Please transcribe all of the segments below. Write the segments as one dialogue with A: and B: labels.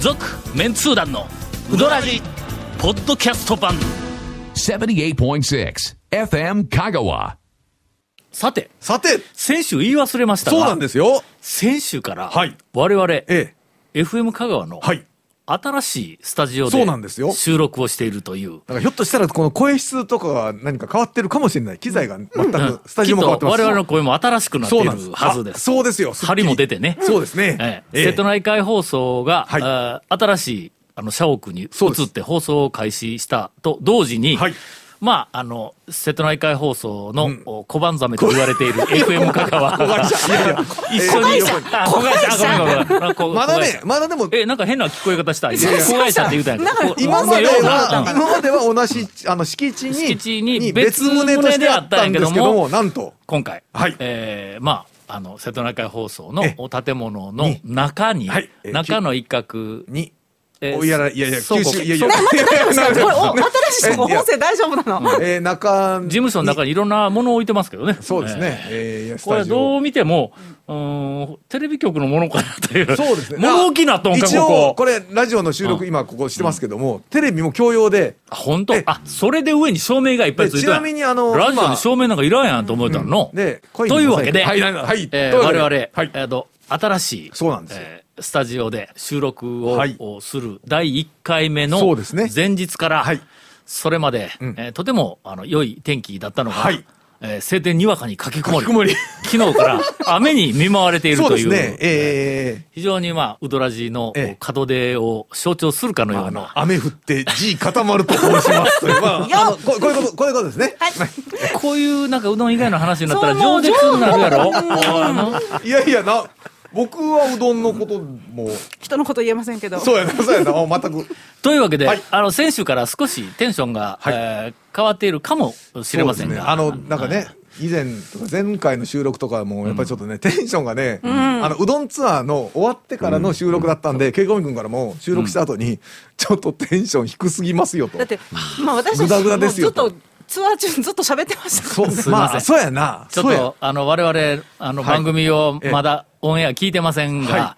A: 続メンツー団のウドラジポッドキャスト版
B: 78.6 FM Kagawa.
A: さて
C: さて、
A: 先週言い忘れましたが
C: そうなんですよ。
A: 先週から
C: はい
A: 我々、
C: え
A: FM 香川の
C: え。はい。
A: 新しいスタジオ
C: そ
A: で
C: うなんですよ
A: 収録をしているという
C: だからひょっとしたら、この声質とかが何か変わってるかもしれない。機材が全く、スタジオも変わってます。
A: きっと我々の声も新しくなっているはずです。
C: あそうですよ。っきり
A: 針も出てね。
C: そうですね。
A: ええ
C: ええ
A: 瀬戸内海放送が、
C: はい
A: あー新しいあの社屋に移
C: そうです
A: って放送を開始したと同時に、
C: はい
A: まあ、あの、瀬戸内海放送の、お小判ザメと言われて いる FM 香川が
C: いやいや
A: 一緒に、あ子会社あごめんごめんごめんこ
C: まだね、
A: 子会社
C: まだでも、
A: え、なんか変な聞こえ方した。子
C: やいや
A: 会社って言うたんやけどこう
C: 今まで
A: こうよう
C: は
A: な、
C: 今までは同じ、あの、敷地に、
A: 敷地に別棟
C: としてあったんですけども、なんと、
A: 今回、
C: はい
A: えーまあ、あの、瀬戸内海放送の
C: え
A: お建物の
C: に
A: 中に、
C: はいえー
A: 中の一角
C: に、
A: えー
C: おいやら、いやいや、
A: 倉庫
C: いやいや、
D: これ、お、新しい
C: えいや
D: 音声大丈夫なの
C: えー中に
A: 事務所の中にいろんなものを置いてますけどね。
C: そうですね。
A: えー
C: えーいやス
A: これ
C: タジオ
A: どう見ても、うーん、テレビ局のものかなという。
C: そうです ね。
A: 物置なとんか、
C: 一
A: こ
C: 応、
A: こ。
C: これ、ラジオの収録、今、ここしてますけども、テレビも共用で、
A: あ本当
C: え
A: あ、それで上に照明がいっぱいついて
C: でちなみにあの
A: ラジオ
C: 今
A: に照明なんかいらんやんと思えたの。
C: で、コイン
A: というわけで、
C: はい、はいはい。
A: えー
C: というわ
A: 我
C: け
A: 々、
C: ではい。
A: えーと、新しい、
C: そうなんですよ
A: えースタジオで収録を,、
C: はい
A: する第1回目の
C: そうですね
A: 前日から、
C: はい
A: それまで、
C: ん
A: えーとてもあの良い天気だったのが、
C: はい
A: えー晴天にわかに駆け込
C: きこ
A: も
C: も
A: り
C: り、
A: 昨日 から雨に見舞われている
C: そう
A: と
C: で
A: い
C: す
A: う、
C: ね。え
A: 非常に、まあ、ウドラジの
C: ええ
A: 門出を象徴するかの
C: ー
A: よう
C: あの
A: な、、
C: 雨降って地固まると申します。というまあ、あのここういうこと、こういうことですね。
A: こういうなんかうどん以外の話になったら
D: そ
A: 饒
D: うもう
A: 舌になるやろ。あの
C: いやいや、な、僕はうどんのことも、
D: 人のこと言えませんけど。
C: そうやな、そうやな、もう全く。
A: というわけで、
C: はい
A: あの先週から少しテンションが、
C: はい
A: えー変わっているかもしれません
C: そ
A: が、
C: うですねあの、なんかね、以前とか前回の収録とかも、やっぱりちょっとね、テンションがね、あの、うどんツアーの終わってからの収録だったんで、ケイコミ君からも収録した後に、ちょっとテンション低すぎますよと。
D: だって、まあ私た
C: ぐだ
D: ち、
C: ぐ
D: も
C: だで
D: う
C: す
D: ず
C: よ
D: っ
C: と
D: とツアー中ずっと喋ってました。
C: そ
A: す
C: う、
A: いません
C: まあ、そうやな。
A: ちょっ
C: そうや
A: と、あの、我々、あの、
C: はい
A: 番組を
C: ええ
A: まだオンエア聞いてませんが、
C: は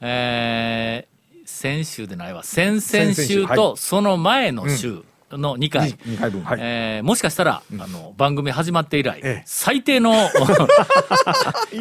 A: えー先週でないわ、先々
C: 々週
A: 週
C: は
A: とその前の週の2回、
C: 二二回分はい
A: えーもしかしたら、あの、番組始まって以来、
C: ええ
A: 最低 の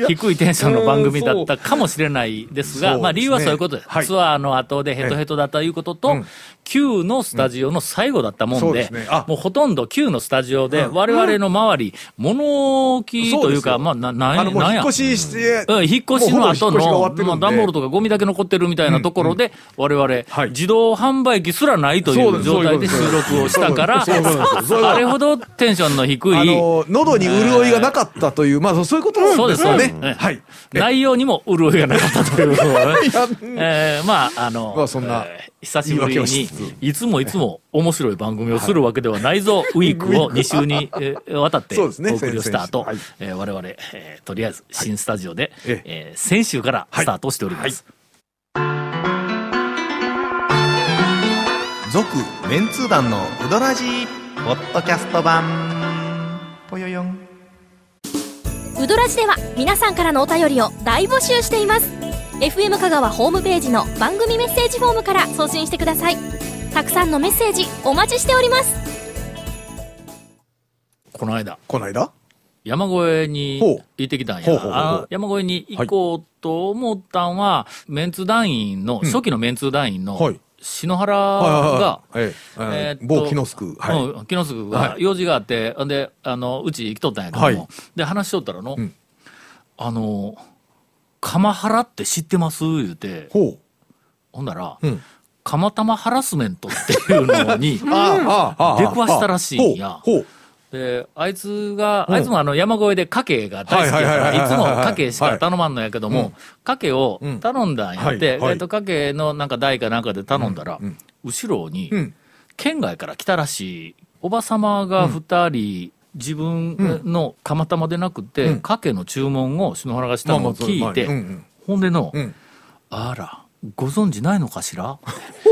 A: 低いテンションの番組だったかもしれないですが、
C: うんそう
A: まあ、理由は
C: そう
A: そう
C: です
A: いう
C: ね
A: ことです。
C: はい
A: ツアーの後でヘトヘトだったということと、
C: ええうん
A: Q のスタジオの最後だったも
C: そ
A: ん
C: う
A: で、
C: ですねあ
A: もうほとんど Q のスタジオで、
C: うん
A: 我々の周り、物置というか、
C: そうですよ
A: まあ、な、な
C: あの、
A: ん
C: もう
A: なん
C: 引
A: や。
C: っ越しして、
A: うん引っ越しの後
C: もうほぼ
A: の、
C: 引っ越しが終
A: ま
C: わ
A: あ、
C: って
A: 段
C: るん
A: ボ
C: で
A: ールとかゴミだけ残ってるみたいなところで、我々、
C: はい
A: 自動販売機すらないとい
C: そう
A: う
C: です
A: 状態で収録をしたから、
C: そういうことですそういうことですそういうことです
A: あれほどテンションの低
C: あ
A: い、
C: の、喉に潤いがなかったという、まあ、そうそういうことなんです
A: そう
C: よ
A: です
C: ね
A: そうです。
C: はい。
A: 内容にも潤いがなかった ということはね
C: うん
A: えーまあ、あの、
C: まあそんな
A: えー久しぶり
C: 言い訳を
A: に
C: しつつ、
A: いつもいつも面白い番組をするわけではないぞ、ウィークを2週にえーわたって
C: そ
A: お
C: うですね
A: 送りをした後
C: 先々週、
A: えー我々、えーとりあえず新スタジオで、
C: ええ
A: えー先週からスタートしております。
E: 続メンツー団のウドラジポッドキャスト版ぽよよん
F: ウドラジでは皆さんからのお便りを大募集しています FM 香川ホームページの番組メッセージフォームから送信してくださいたくさんのメッセージお待ちしております
A: この間、
C: この間
A: 山越えに
C: ほう
A: 行ってきたん
C: ほうほうほう
A: や。あの山越えに行こうと思ったんは、メンツ団員の、初期のメンツ団員
C: は
A: の
C: い、
A: 篠原が、
C: いはいはい。ええ
A: えーっと
C: 某木の宿。はい。
A: うん、木のすぐが
C: は
A: 用事があって、で、あの、うち行きとったんやけども、
C: はい
A: で、話しとったらの、
C: ん
A: あの、釜原って知ってます言うて、
C: ほう。
A: ほんなら、
C: うん
A: 釜玉ハラスメントっていうのに、
C: ああ、ああ、
A: 出くわしたらしいんや
C: ほうほう。
A: で、あいつが、
C: ん
A: あいつもあの山越えで家計が大好きやか
C: はいはいはいはい
A: ら、
C: はい
A: いつも家計しか頼まんのやけど
C: はいう
A: も
C: ん、
A: 家計を頼んだんやって、
C: うんはいはい
A: えっと、家計のなんか台かなんかで頼んだら、後ろに
C: うん、
A: 県外から来たらしい、おばさまが二人、自分の釜玉でなくて、家計の注文を篠原がしたのを聞いて
C: まあまあそううんうん、
A: ほんでの
C: うん、
A: あら、ご存知ないのかしら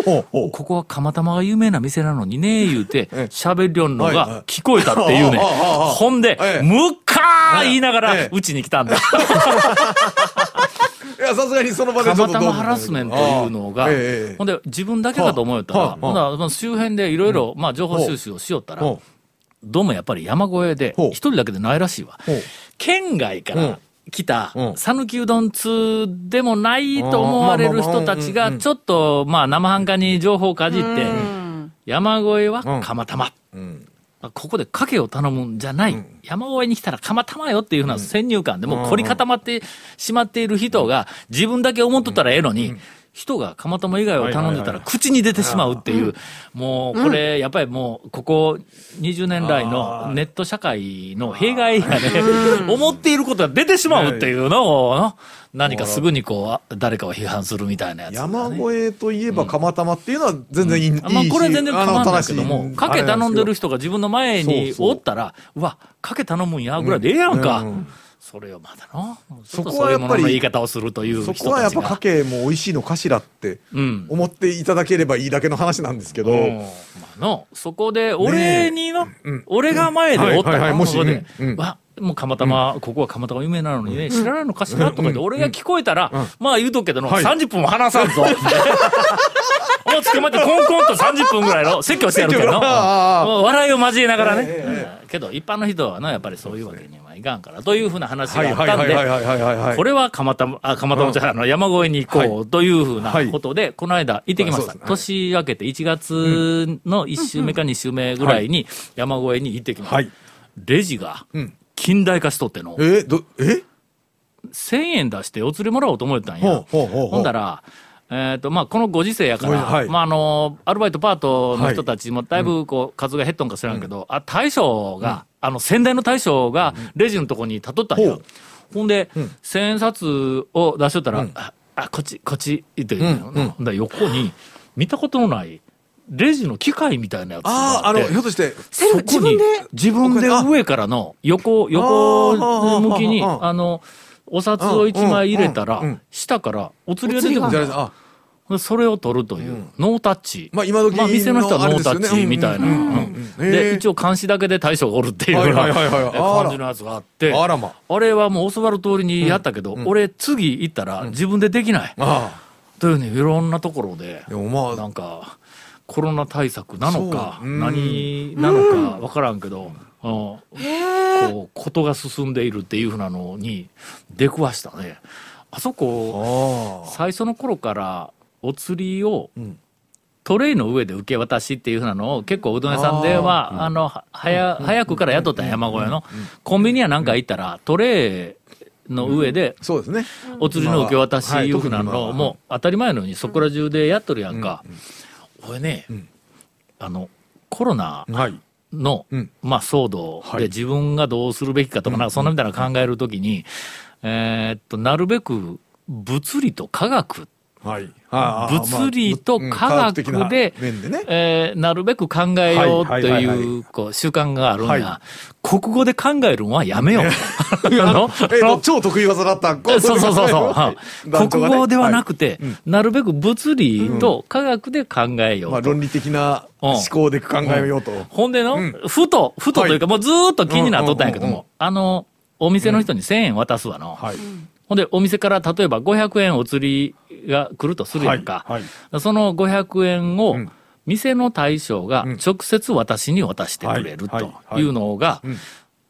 C: ほうほう。
A: ここは釜玉が有名な店なのにね、言うて、喋りょんの
C: はいは
A: が聞こえたっていうねん。
C: ああああああ
A: ほんで
C: え、え
A: むっかー言いながら
C: ええ、
A: うちに来たんだ。
C: いや、さすがにその場で
A: た
C: ちょっ
A: ま
C: と
A: たまハラスメントいうのが、
C: あーええ
A: ほんで、自分だけかと思えたら、
C: はあはあ
A: ほんならまあ周辺でいろいろ、まあ、情報収集をしよったら、
C: ほ
A: どうもやっぱり山越えで、
C: ほう
A: 一人だけでないらしいわ
C: ほう。
A: 県外か
C: うん
A: ら来た
C: う、ん
A: 讃岐うどん通でもないと思われる人たち
C: うん
A: が、
C: うん
A: ちょっと、まあ、生半可に情報をかじって、
D: うん
A: 山越えは
C: うん
A: 釜玉。
C: うん
A: ここで賭けを頼むんじゃない、山越えに来たら釜玉よっていうふうな先入観でもう凝り固まってしまっている人が自分だけ思っとったらええのに、人が釜玉以外を頼んでたら口に出てしまうっていう、もうこれ、やっぱりもうここ20年来のネット社会の弊害がね、思っていることが出てしまうっていうのを、何かすぐにこう、誰かを批判するみたいなやつ、ね。
C: 山越えといえば釜玉っていうのは全然いい,、いいし
A: まあ、これは全然構わんないけど
C: あの正し
A: も、
C: い
A: かけ頼んでる
C: 人
A: 人が自分の前におったら、うわ、かけ頼むんや、ぐらいでええやんか。それをまだの、ちょっと
C: そこは
A: そうい
C: や
A: う
C: っぱ
A: も
C: り
A: のの言い方をするという人た
C: そ
A: ちが。
C: こはやっぱかけも美味しいのかしらって
A: うん
C: 思っていただければいいだけの話なんですけど、
A: うんまあの、そこで、俺にの、俺が前でおった
C: はいはい
A: ら、
C: はいもし
A: そこで、
C: うんうん
A: わもう釜玉、ここは釜玉有名なのにね、知らないのかしらとか言って、俺が聞こえたら、まあ言うとくけどの、30分も話さん ぞ。もう捕まってコンコンと30分ぐらいの説教してやるけどの、
C: 説教ああ
A: もう笑いを交えながらね。うんけど、一般の人はな、やっぱりそういうわけにはいかんから、というふうな話が
C: はい
A: あ
C: は
A: っ
C: いは
A: た
C: い
A: ん
C: はい
A: で、
C: はいはいはいはい
A: これは蒲田も、あ、蒲田もじゃないあの、山越えに行こうというふうな
C: はい
A: ことで、この間行ってきまし
C: まあ
A: た。
C: そうですね
A: 年明けて1月の1週目か2週目ぐらいに山越えに行ってきました。
C: はい
A: レジが
C: ん
A: 近代化しとっての、
C: えーどえ
A: 1000円出してお釣りもらおうと思ってたん
C: ほ
A: や
C: う。ほうほうほう
A: ほんだら、えっと、まあ、このご時世やから、
C: はい
A: まあ、あの、アルバイトパートの人たちもだいぶ、こう、数が減っとんか知らんけど、あ、大将が、あの、先代の大将が、レジのとこに立っとったん
C: ほ
A: や
C: う。
A: ほんで、千円札を出しとったら、あ、あこっち、こっち、って言うのよ
C: うんうん
A: ほんだら横に、見たことのない、レジの機械みたいなやつ
C: あ
A: があ
C: ああ
A: って
C: のひょっとして
A: そこに
D: 自分で
A: 自分で上からの横、横向きに、
C: あーあーあー
A: あの、お札を一枚入れた
C: うんうんう
A: ら
C: ん、
A: 下からお釣りが出てく
D: お
A: るん
C: じゃ
A: だ
C: あ
A: よ
C: あ
A: でそれを取るという、ノータッチ。
C: まあ今時
A: まあ店の人はノータッ
C: のあれですよね
A: チ
C: うん
A: みたいな。
C: う
A: うんん
C: うんうんへえ
A: で、一応監視だけで大将がおるっていうような
C: はいはいはいはい
A: え
C: あら
A: 感じのやつがあって、
C: あらま
A: あれはもう教わる通りにやったけど、俺次行ったら自分でできない。
C: あ
A: というね、いろんなところで
C: あで、も
A: な
C: まあ
A: んか、コロナ対策なのか、
C: そううん
A: 何なのか分からんけど、うん
D: へえ
A: こうことが進んでいるっていうふうなのに出くわしたね。あそこ、
C: ああ
A: 最初の頃からお釣りを
C: ん
A: トレイの上で受け渡しっていうふうなのを結構うどん屋さんでは、あの、ははや、早くから雇ったんや山小屋の。コンビニやなんか行ったらトレイの上で
C: そうですね
A: お釣りの受け渡し
C: はい
A: いうふうなのを
C: 特に今は
A: もう当たり前のようにそこら中でやっとるやんか。俺ね、あの、コロナ
C: はい
A: の、
C: うん
A: まあ、騒動
C: はい
A: で自分がどうするべきかとか、なんかそんなみたいなの考えるときに、えーっと、なるべく物理と科学、
C: はいああ
A: 物理と
C: まあ
A: 科学で、
C: うん科学的な面でね
A: えーなるべく考えようと、
C: はいはいいはいう
A: こう、習慣があるんや、
C: は
A: 国語で考えるのはやめよう。 あの
C: えっと超得意技だった
A: そうそうそう そう。
C: は
A: はいい国語ではなくて、
C: はいうん
A: なるべく物理と科学で考えようと。
C: まあ論理的な
A: うん
C: 思考で考えようと
A: ほんでの、
C: ん
A: ふと、ふとというか、もうずーっと気になっとったんやけども、
C: うんうんうん
A: あの、お店の人に1000円渡すわの。
C: はい
A: ほんで、お店から例えば500円お釣りが来るとするやんか。
C: はい
A: その500円を、
C: ん
A: 店の大将が
C: ん
A: 直接私に渡してくれる
C: はい
A: というのが、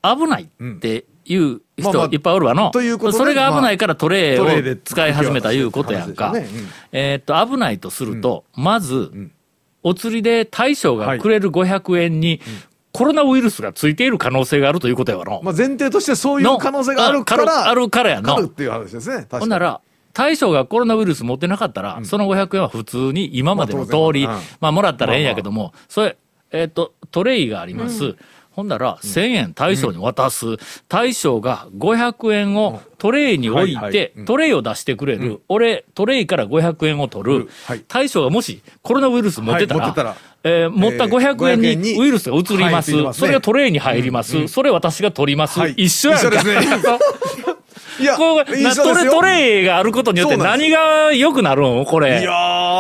A: 危ないっていう
C: まあまあ
A: 人いっぱいおるわの。
C: ということで
A: それが危ないからトレイ
C: トレイ
A: を
C: で
A: 使い始めたいうことやん
C: 話
A: か
C: で。すよねうん
A: えーっと、危ないとすると、まず、お釣りで大将がくれる500円に、コロナウイルスがついている可能性があるということやわの。
C: まあ前提としてそういう
A: の
C: 可能性があるから
A: あるからやの
C: あるっていう話ですね確かに
A: ほんなら、大将がコロナウイルス持ってなかったら、その500円は普通に今までの通り、
C: ま
A: ま
C: あ
A: あ
C: 当然うん、
A: もらったらええんやけども、それ、えっ、と、トレイがあります。ほんなら、1000円大将に渡す。大将が500円をトレイに置い
C: はいはい
A: て、トレイを出してくれる。俺、トレイから500円を取る。
C: はい
A: 大将がもしコロナウイルス持ってたら、
C: はい持ってたら
A: えー持った
C: えー
A: 500円に
C: 500に
A: ウイルスが移ります。
C: はい移りますね
A: それがトレイに入ります。それ私が取ります。
C: はい
A: 一緒やんか。
C: 一緒ですねいや
A: こう
C: いい
A: な
C: 人
A: ト
C: です
A: レ
C: よ
A: トレイがあることによって
C: そうなんで
A: 何が良くなるのこれ。
C: いや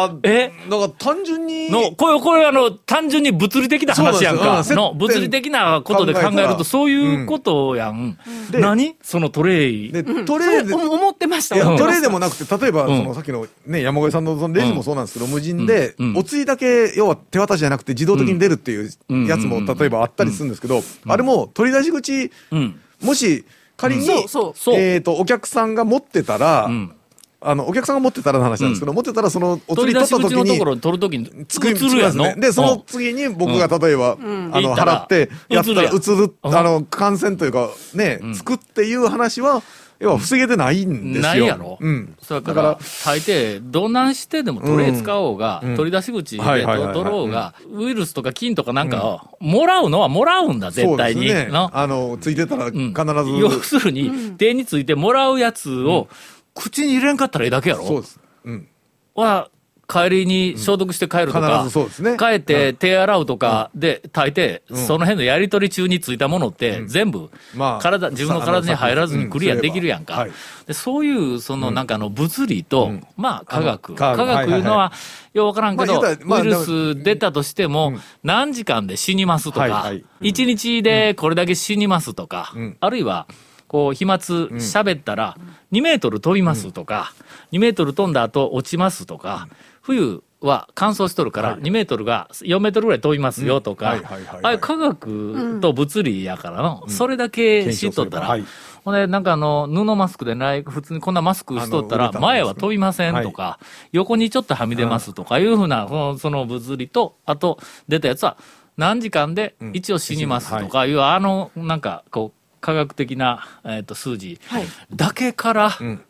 C: ー、
A: え
C: なんか単純に、
A: の、これ、これあの、単純に物理的な話やん
C: そうなん
A: か
C: で。すよ
A: の、
C: うん
A: 物理的なことで考え
C: 考え
A: る
C: た
A: と、
C: ら
A: そういうことやん。
C: で
A: 何そのトレイ。
C: で、
D: うん
C: トレーで
D: それ、お思ってました
C: いや
A: うん
C: トレーでもなくて、例えば、
A: うん
C: そのさっきのね、山越さんのそのレジもそうなんですけど、無人で
A: うん、
C: お釣りだけ、要は手渡しじゃなくて自動的に出るっていう
A: うん
C: やつも、例えばあったりするんですけど、あれも取り出し口、
A: うん。
C: もし仮に、
D: そうそう
A: そう
C: えっと、お客さんが持ってたら、
A: うん。
C: あの、お客さんが持ってたらの話なんですけど、持ってたらそのお
A: 取
C: 釣り
A: り
C: 取
A: 出
C: った
A: し口
C: 時
A: のと
C: に
A: こ、ろ取るときに、
C: つく
A: 映るやんの。
C: で、そうの
A: ん
C: 次に僕が例えば、あ
A: 行
C: の、
A: ったら
C: 払って、やったら
A: 映
C: 映
A: るやん
C: る、
A: うん
C: あの、感染というか、ね、つくっていう話は、要は防げてないんですよ。
A: ないやろ
C: うん。
A: それか
C: だから
A: ら、大抵、どんなんしてでもトレイ使おうが、
C: ん
A: 取り出し口で
C: はいはいはい
A: と
C: はい
A: 取ろうが、ウイルスとか菌とかなんかを、もらうのはもらうんだ、絶対に。
C: そうですね。
A: の
C: あの、ついてたら
A: うん
C: 必ず。
A: 要するに、手についてもらうやつを、口に入れんかったらええだけやろ
C: そうです。うん。
A: は、帰りに消毒して帰るとか、
C: 必ずそうですね
A: 帰って手洗うとかで、大抵、その辺のやり取り中についたものって、全部、
C: まあ
A: 体、自分の体に入らず
C: う
A: に
C: ん
A: クリアできるやん
C: すれば
A: か
C: はい。
A: でそういう、そのなんかあの、物理と
C: ん、
A: まあ、科学。
C: あ
A: 科
C: の科学
A: 学いうの
C: はい
A: は、ようわからんけど、
C: まあ言うたらまあ
A: ウイルス出たとしても、何時間で死にますと
C: はい
A: か
C: はいう、
A: 一日でこれだけ死にますとか
C: ん、
A: あるいは、こう、飛沫喋ったら、2メートル飛びますとか、2メートル飛んだ後落ちますとか、冬は乾燥しとるから、2メートルが4メートルぐらい飛びますよと
C: う
A: か
C: んはいはいはいは、い
A: ああいう科学と物理やからの、それだけ知っとったら
C: 検証すればはい、
A: ほんで、なんかあの、布マスクでない、普通にこんなマスクしとった
C: あ
A: ら、
C: の
A: 前は飛びませんとか、横にちょっとはみ出ますとかいうふうな、そのその物理と、あと出たやつは、何時間で一応死にますとかいう、あの、なんか、こう、科学的な、えっと数字
D: はい
A: だけから、
C: ん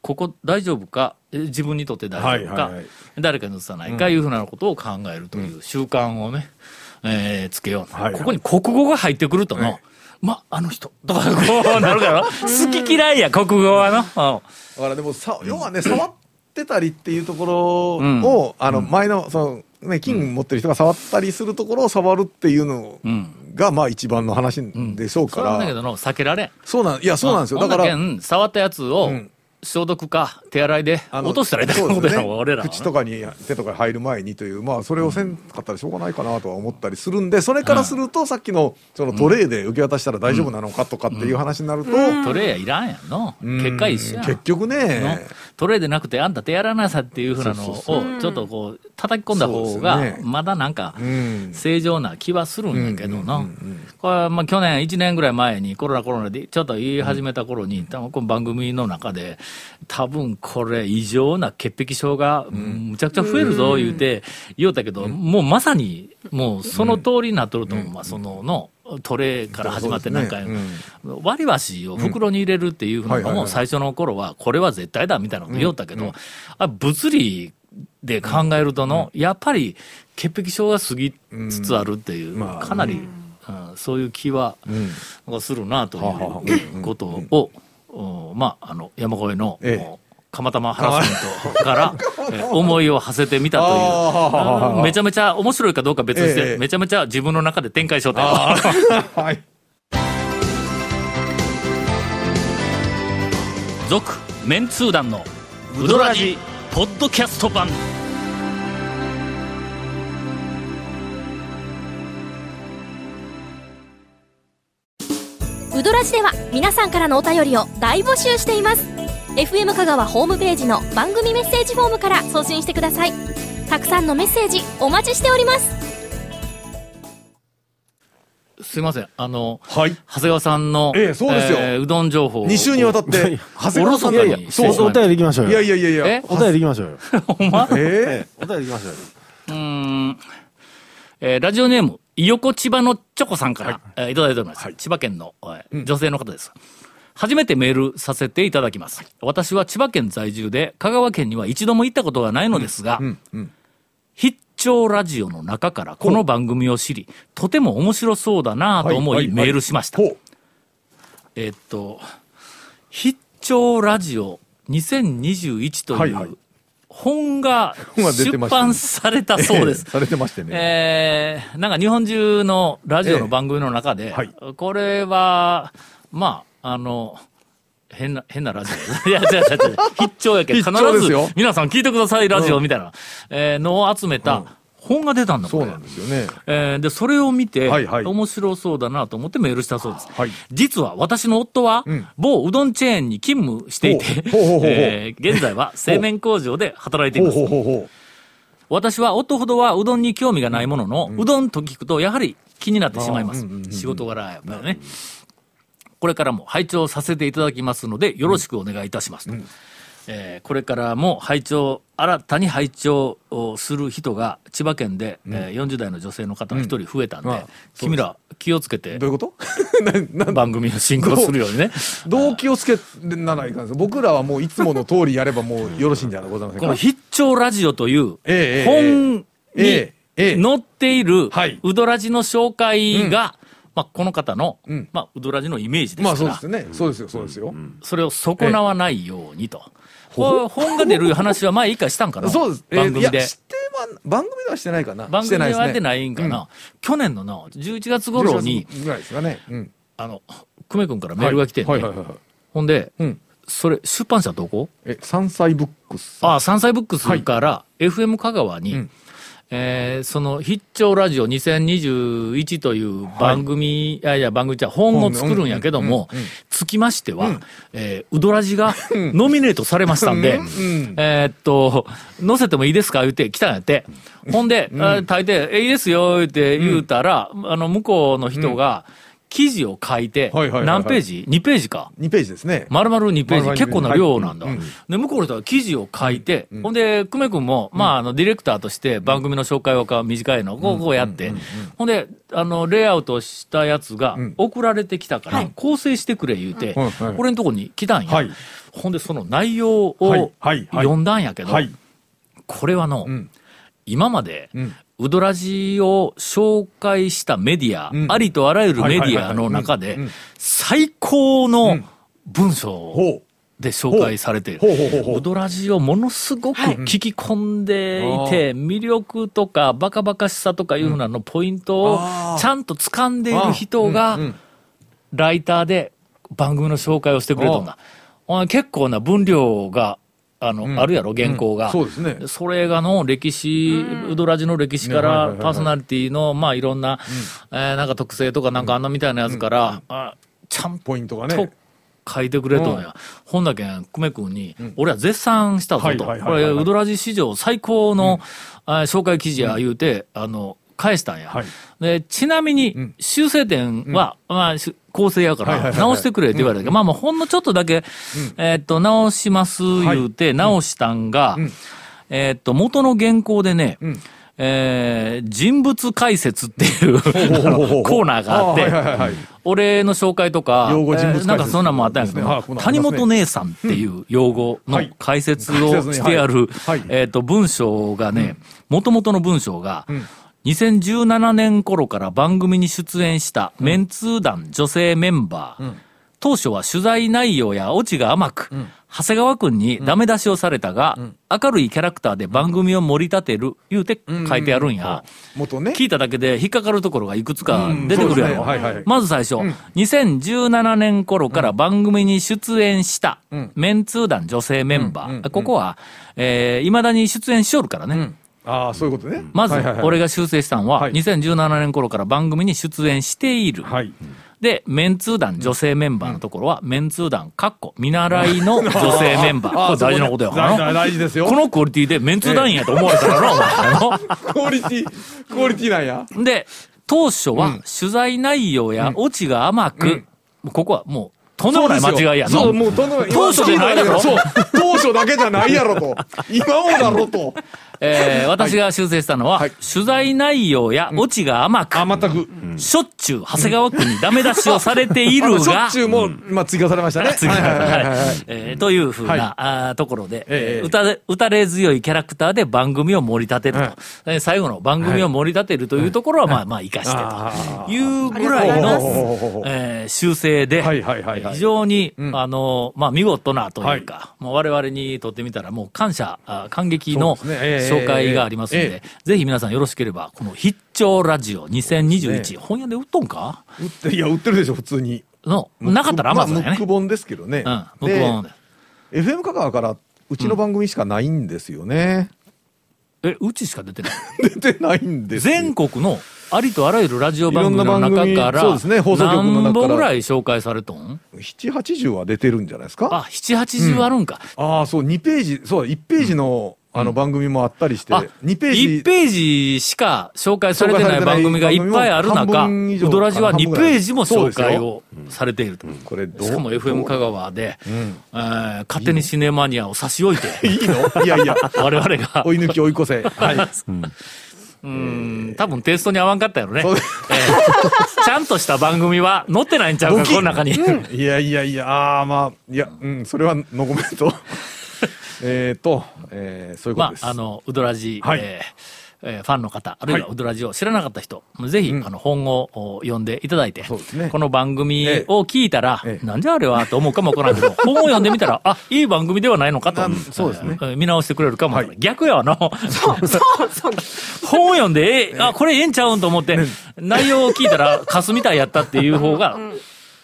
A: ここ大丈夫か、え自分にとって大丈夫か、
C: はいはいはい
A: 誰かに移さないかいうふうなことを考えるという習慣をね、えーつけよう、
C: はいはい
A: ここに国語が入ってくるとの、ま、あの人とか、こうなるから、好き嫌いや、国語はの。
C: だからでもさ、要はね、触ってたりっていうところを、
A: うん
C: あの、前の、その、ね、金持ってる人が触ったりするところを触るっていうの
A: うん
C: が、まあ一番の話でしょう
A: そ
C: か
A: れはだけ
C: ら。
A: どの、避けられん。
C: そうなん、いや、そうなんですよ。
A: ほ
C: だ
A: んな
C: から
A: け、ん触ったやつを
C: うん
A: 消毒か手洗いで
C: あ
A: 落としたらいいだけのことやろ、
C: そう
A: 俺
C: です
A: ら
C: ね
A: は。
C: 口とかに手とかに入る前にという、まあ、それをせんかったらしょうがないかなとは思ったりするんで、それからすると、さっきのそのトレイで受け渡したら大丈夫なのかとかっていう話になると、
A: トレイやいらんやんの。
C: うん
A: 結果一緒やん。
C: 結局
A: の
C: ね、
A: トレイでなくてあんた手洗いなさいっていうふうなのを
C: そう
A: ちょっとこう叩き込んだ方
C: そう
A: が
C: ですね
A: まだなんか
C: うん
A: 正常な気はするんやけどな。これはまあ去年1年ぐらい前にコロナコロナでちょっと言い始めた頃に、多分この番組の中で多分これ異常な潔癖症がむちゃくちゃ増えるぞ言うて言おったけど、もうまさにもうその通りになっとると思う。まあそののトレイから始まってなんか、
C: そうですね
A: 割り箸を袋に入れるっていうの
C: うんはいはい
A: も
C: はい
A: 最初の頃はこれは絶対だみたいなこと言おったけど、あ物理で考えるとの、やっぱり潔癖症が過ぎつつあるっていう、
C: まあ
A: かなり、うんそういう気は
C: うん
A: なんかするなと
C: はあはあ
A: いうことを、うんまあ、あの山越えの、
C: ええ
A: もう釜玉ハラスメント からえ思いを馳せてみたという
C: ああはあはあはあ
A: うんめちゃめちゃ面白いかどうか別にして、
C: ええ
A: めちゃめちゃ自分の中で展開しようと。
C: はい、
A: 続メンツー団のウドラジポッドキャスト版
F: ウドラジでは皆さんからのお便りを大募集しています FM 香川ホームページの番組メッセージフォームから送信してくださいたくさんのメッセージお待ちしております
A: すいませんあの、
C: はい
A: 長谷川さんの、
C: ええそうですよ
A: ーうどん情報を
C: 2週にわたって、長
A: おろそ
C: さん
A: か
C: が
A: に
C: い
A: して
C: そう
A: しま
G: お
A: いま
G: 便
A: し
G: り行きましょうよ。
C: いやいやいやいや、
A: え
G: お便り行きましょうよ。
A: たほんま
C: え
G: お便り行きましょうよ。
A: うーん、えーラジオネーム、いよこ千葉のチョコさんから、えーいただいております。千葉県の、えー女性の方です。初めてメールさせていただきます。私は千葉県在住で、香川県には一度も行ったことがないのですが、必聴ラジオの中からこの番組を知り、とても面白そうだなぁと思
C: はい
A: い
C: はいは
A: メ
C: い
A: ールしました。
C: ほ
A: えーっと、必聴ラジオ2021という、
C: はいはい
A: 本が
C: 本が出て
A: 出
C: ましたね
A: 版されたそうです
C: ええ。されてましてね、
A: えーなんか日本中のラジオの番組の中で、
C: えはい
A: これは、まあ、あの、変な、変なラジ オ。いや、違う違う違う。必聴やけ
C: 必
A: ど、
C: 聴で
A: 必
C: すよ
A: ず、皆さん聞いてください、ラジオ、みたいな、えーのを集めた本が出たんだも
C: そ
A: ん
C: うなんですよね。
A: えーで、それを見て、
C: はいはい
A: 面白そうだなと思ってメールしたそうです。
C: はい
A: 実は私の夫は、
C: ん
A: 某うどんチェーンに勤務していて
C: ほうほうほうほうほ う、
A: えー現在は製麺工場で働いてい
C: ほう
A: ま
C: ほう
A: す。
C: ほうほ
A: 私は夫ほどはうどんに興味がないものの、うどんと聞くとやはり気になってしまいます。仕事柄やっぱりね。これからも拝聴させていただきますので、よろしくお願いいたしますと。えーこれからも拝聴、新たに拝聴をする人が千葉県で、えー40代の女性の方が一人増えたんで、
C: うんあ
A: 君ら気をつけて
C: う。どういうこと ななん
A: 番組を進行するようにね。
C: 動機をつけならいかんです僕らはもういつもの通りやればもうよろしいんじゃございません
A: この
C: か
A: 必聴ラジオという
C: ええ
A: 本
C: え
A: に
C: えええ
A: 載っている
C: はい
A: ウドラジの紹介が、まあ、この方の、
C: ん
A: まあ、ウドラジのイメージで
C: まあ
A: す
C: そう
A: か
C: で
A: ら
C: す、ねそうですよそうですよ、
A: それを損なわないようにと。こう本が出る話は前一回したんかな
C: そうです、えー
A: 番組
C: い
A: で
C: や。しては番組ではしてないかな
A: 番組ではやって
C: い
A: ないんかな、去年のな、11月頃に、
C: 10ぐらいですかね、うん、
A: あの、久米君からメールが来てんで、
C: はいはいはいはい
A: ほんで、
C: うん
A: それ、出版社どこ
C: え山菜ブックス
A: ああ、山菜ブックスから、FM 香川に、
C: うん
A: えーその、必聴ラジオ2021という番組、い、やいや、番組じゃ本を作るんやけども、つきましては、えー、うどらじがノミネートされましたんで、えーっと、載せてもいいですか言って来たんやって。ほんで、あ大抵、え、いいですよって言うたら、あの、向こうの人が、記事を書いて、
C: はいはいはいはい
A: 何ページ ?2 ページか。
C: 2ページですね
A: 丸々2ページ、
C: 丸々二ページ
A: 結構な量なんだ。
C: はいうん
A: で、向こうの人は記事を書いて、ほんで、久米君も、まあ、あの、ディレクターとして番組の紹介をか短いのをこうこうやって、ほんで、あの、レイアウトしたやつが
C: ん
A: 送られてきたから、構成してくれ言うて、
C: はいはい
A: 俺のとこに来たんや。
C: はい
A: ほんで、その内容を、
C: はいはいはい
A: 読んだんやけど、
C: はい
A: これはの、
C: ん
A: 今まで、
C: ん
A: ウドラジを紹介したメディア、
C: うん
A: ありとあらゆるメディアの中
C: はい
A: で
C: はいはいはいうんうん、
A: 最高
C: う
A: の
C: ん
A: 文章
C: ほう
A: で紹介されてい
C: ほうほうほうほ
A: る。
C: う
A: ウドラジをものすごく聞き込んでいて、魅力とかバカバカしさとかいうふうなのポイントを
C: あー
A: ちゃんと掴んでいる人が
C: うんうん、
A: ライターで番組の紹介をしてくれたんだ。おい結構な分量が、あの、
C: ん
A: あるやろ、原稿が。
C: うんそうですね
A: それがの歴史、ウドラジの歴史か
C: ねはいはい
A: ら
C: はいはい
A: パーソナリティの、まあいろんな、えーなんか特性とかなんかあんなみたいなやつから、あちゃん
C: ポイントが
A: と
C: ね
A: 書いてくれとんや。ほんだけん、久米君に、俺は絶賛したぞ
C: はい
A: と。
C: はいはい
A: こ
C: はい
A: れ、ウドラジ史上最高の、あ紹介記事や言うて、あの、返したんや。
C: はい
A: でちなみに、
C: ん
A: 修正点は、まあ、し構成やか
C: はいはい
A: ら、
C: はいはい
A: 直してくれって言われたけど、まあまあ、ほんのちょっとだけ、えーっと、直します言うて、直したんが、えーっと、元の原稿でね、えー人物解説っていうあ
C: ほうほうほ
A: の
C: う
A: コーナーがあって、
C: はいはいはいはい
A: 俺の紹介とか、
C: 用語人物解説
A: なんかそんなんもあったんやけど、
C: ですねあこんなんあり
A: 谷
C: ますね
A: 本姉さんっていう用語の
C: はい
A: 解説をしてある、
C: 解説にはいはい
A: えっ、と、文章がね、もともとの文章が、2017年頃から番組に出演したメンツー団女性メンバー、当初は取材内容やオチが甘く、長谷川くんにダメ出しをされたが、明るいキャラクターで番組を盛り立てる、言うて書いてあるんや。
C: 元ね
A: 聞いただけで引っかかるところがいくつか出てくるや
C: うんそうですね
A: ろ
C: はいはい。
A: まず最初、2017年頃から番組に出演した
C: ん
A: メンツー団女性メンバ
C: うんうんう
A: ー。
C: ん
A: ここは、えー、未だに出演しよるからね。
C: ああそういうことね
A: まず
C: はいはいは、い
A: 俺が修正したのは、
C: はい
A: 2017年頃から番組に出演している。
C: はい
A: で、メンツー団女性メンバーのところは、メンツー団、かっこ、見習いの女性メンバ ー。これ大事なことやから
C: 大
A: な
C: 事大事ですよ
A: このクオリティでメンツー団員やと思われたからな、お 前あの。
C: クオリティクオリティなんや
A: で、当初は取材内容やオチが甘く、ここはもうとんでもない間違いや
C: そ
A: の。
C: う、もうとんでもない。
A: 当初じゃないだろ
C: そう、当初だけじゃないやろと。今もだろと。
A: えー私が修正したのは、
C: はい
A: 取材内容やオチが甘く、
C: あ、全く。
A: しょっちゅう長谷川君にダメ出しをされている
C: あしょ
A: が
C: っ、ちゅうも、まあ、追加されました ね。
A: 次から
C: はいはいはい
A: は
C: はい
A: いえーというふうな、
C: はい
A: あーところで、
C: ええ
A: 打たれ打たれ強いキャラクターで番組を盛り立てると、で最後の番組を盛り立てるというところは、まあまあ生かしてというぐらい
D: ありが
A: の
D: とう
C: ございます、
A: えー修正で、
C: はいはいはいはい
A: 非常に、あの、まあ見事なというか、もう我々にとってみたらもう感謝、あ感激の
C: そうですねええ
A: 紹介がありますので、
C: ええ
A: ぜひ皆さんよろしければ、この必聴ラジオ2021、
C: そうです
A: 本屋で売っとんか
C: 売って、いや、売ってるでしょ、普通に。
A: の、なかったらアマゾン
C: ま
A: や
C: あ
A: ね
C: ムッ。ク本ですけどね。
A: うん、僕
C: で
A: も、
C: FM 香川からうちの番組しかないんですよね。
A: え、うちしか出てない。
C: 出てないんですよ
A: 全国のありとあらゆるラジオ番組の
C: いろんな番
A: 中
C: 組
A: から、
C: そうですね放送局の中から
A: 何本ぐらい紹介されとん
C: 7、80は出てるんじゃないですか。
A: あ、7、80あるんか。
C: ああ、そう、2ページ、そう、1ページの、あの番組もあったりして、
A: あ、
C: 2ページ
A: 1。ページしか紹介されてな
C: 紹介され
A: い
C: てない
A: 番組がいっぱいある中、
C: 半分以上
A: ウドラジは
C: 半分
A: 2
C: ぐらい
A: ページも紹介
C: そ
A: をされていると。
C: これどう
A: しかも FM 香川で、えー勝手にシネマニアを差し置いて、
C: いい のいやいや、
A: 我々が、
C: 追い抜き追い越せ。はい。
A: うん、多分テイストに合わんかったやろね。え
C: そう
A: ーちゃんとした番組は載ってないんちゃうか、この中に。
C: いやいやいや、ああ、まあ、いや、うん、それはノコメ ント。えっと、えーそういうこと
A: ま
C: です。
A: あ、あの、ウドラジ、
C: はい
A: えーえーファンの方、あるいは
C: はい
A: ウドラジを知らなかった人、ぜひ、あの、本をお読んでいただいて、
C: そうですね
A: この番組
C: ええ
A: を聞いたら、
C: ええ
A: なんじゃあれはと思うかもわからんけ ど、本を読んでみたら、あ、いい番組ではないのかと、
C: なんそうですね
A: えー見直してくれるかもわからん、
C: は
A: 逆やわの、
D: そうそう。
A: 本を読んで、ええあ、これええんちゃうんと思って、内容を聞いたら、カスみたいやったっていう方が、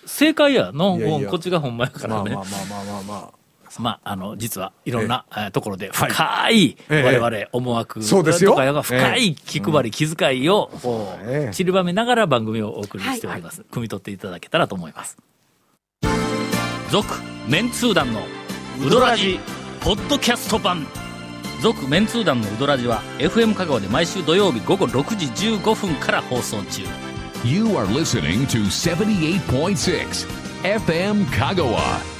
A: 正解やの、
C: いやいや
A: こっちが本番やか
C: ま
A: ら
C: あ
A: ね
C: ま。あまあまあまあま
A: まあ、あの、実はいろんな、えーところで深い、
C: ええ
A: 我々思惑
C: そうですよ
A: とかが深い気配り、気遣いを、こう
C: ええ
A: 散りばめながら番組をお送りしております。汲み取っていただけたらと思います。続、メンツー団のウドラジ、ポッドキャスト版。続、メンツー団のウドラジは FM 香川で毎週土曜日午後6時15分から放送中。
B: You are listening to 78.6 FM Kagawa.